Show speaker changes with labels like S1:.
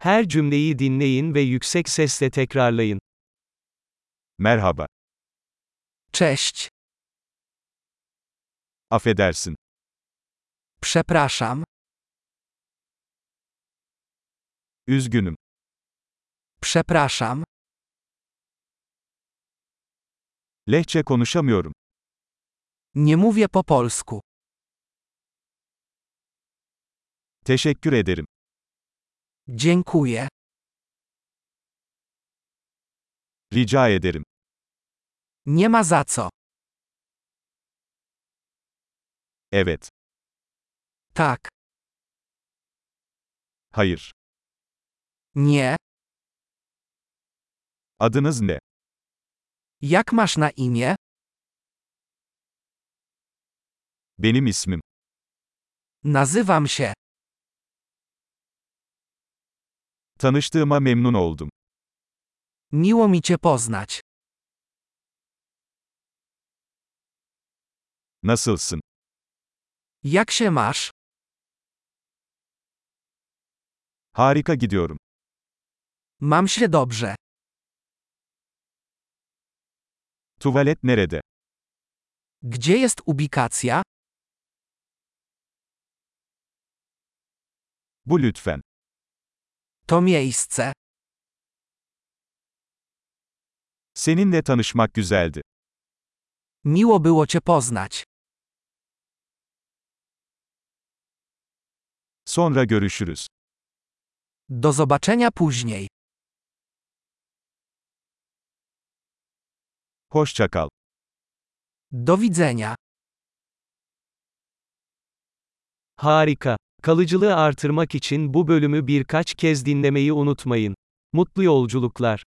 S1: Her cümleyi dinleyin ve yüksek sesle tekrarlayın.
S2: Merhaba.
S3: Cześć,
S2: Affedersin.
S3: przepraszam,
S2: Üzgünüm.
S3: przepraszam,
S2: Lehçe konuşamıyorum.
S3: nie mówię po polsku.
S2: Teşekkür ederim.
S3: Dziękuję,
S2: Rica ederim.
S3: nie ma za co.
S2: Evet.
S3: Tak,
S2: Hayır.
S3: nie,
S2: Adınız ne?
S3: jak masz na imię?
S2: Benim ismim.
S3: Nazywam się.
S2: Tanıştığıma memnun oldum.
S3: Miło mi cię poznać.
S2: Nasılsın?
S3: Jak się masz?
S2: Harika gidiyorum.
S3: Mam się dobrze.
S2: Tuvalet nerede?
S3: Gdzie jest ubikacja?
S2: Bu lütfen.
S3: To miejsce.
S2: Seninle tanışmak güzeldi.
S3: Miło było cię poznać.
S2: Sonra görüşürüz.
S3: Do zobaczenia później.
S2: Hoşça kal.
S3: Do widzenia.
S1: Harika. Kalıcılığı artırmak için bu bölümü birkaç kez dinlemeyi unutmayın. Mutlu yolculuklar.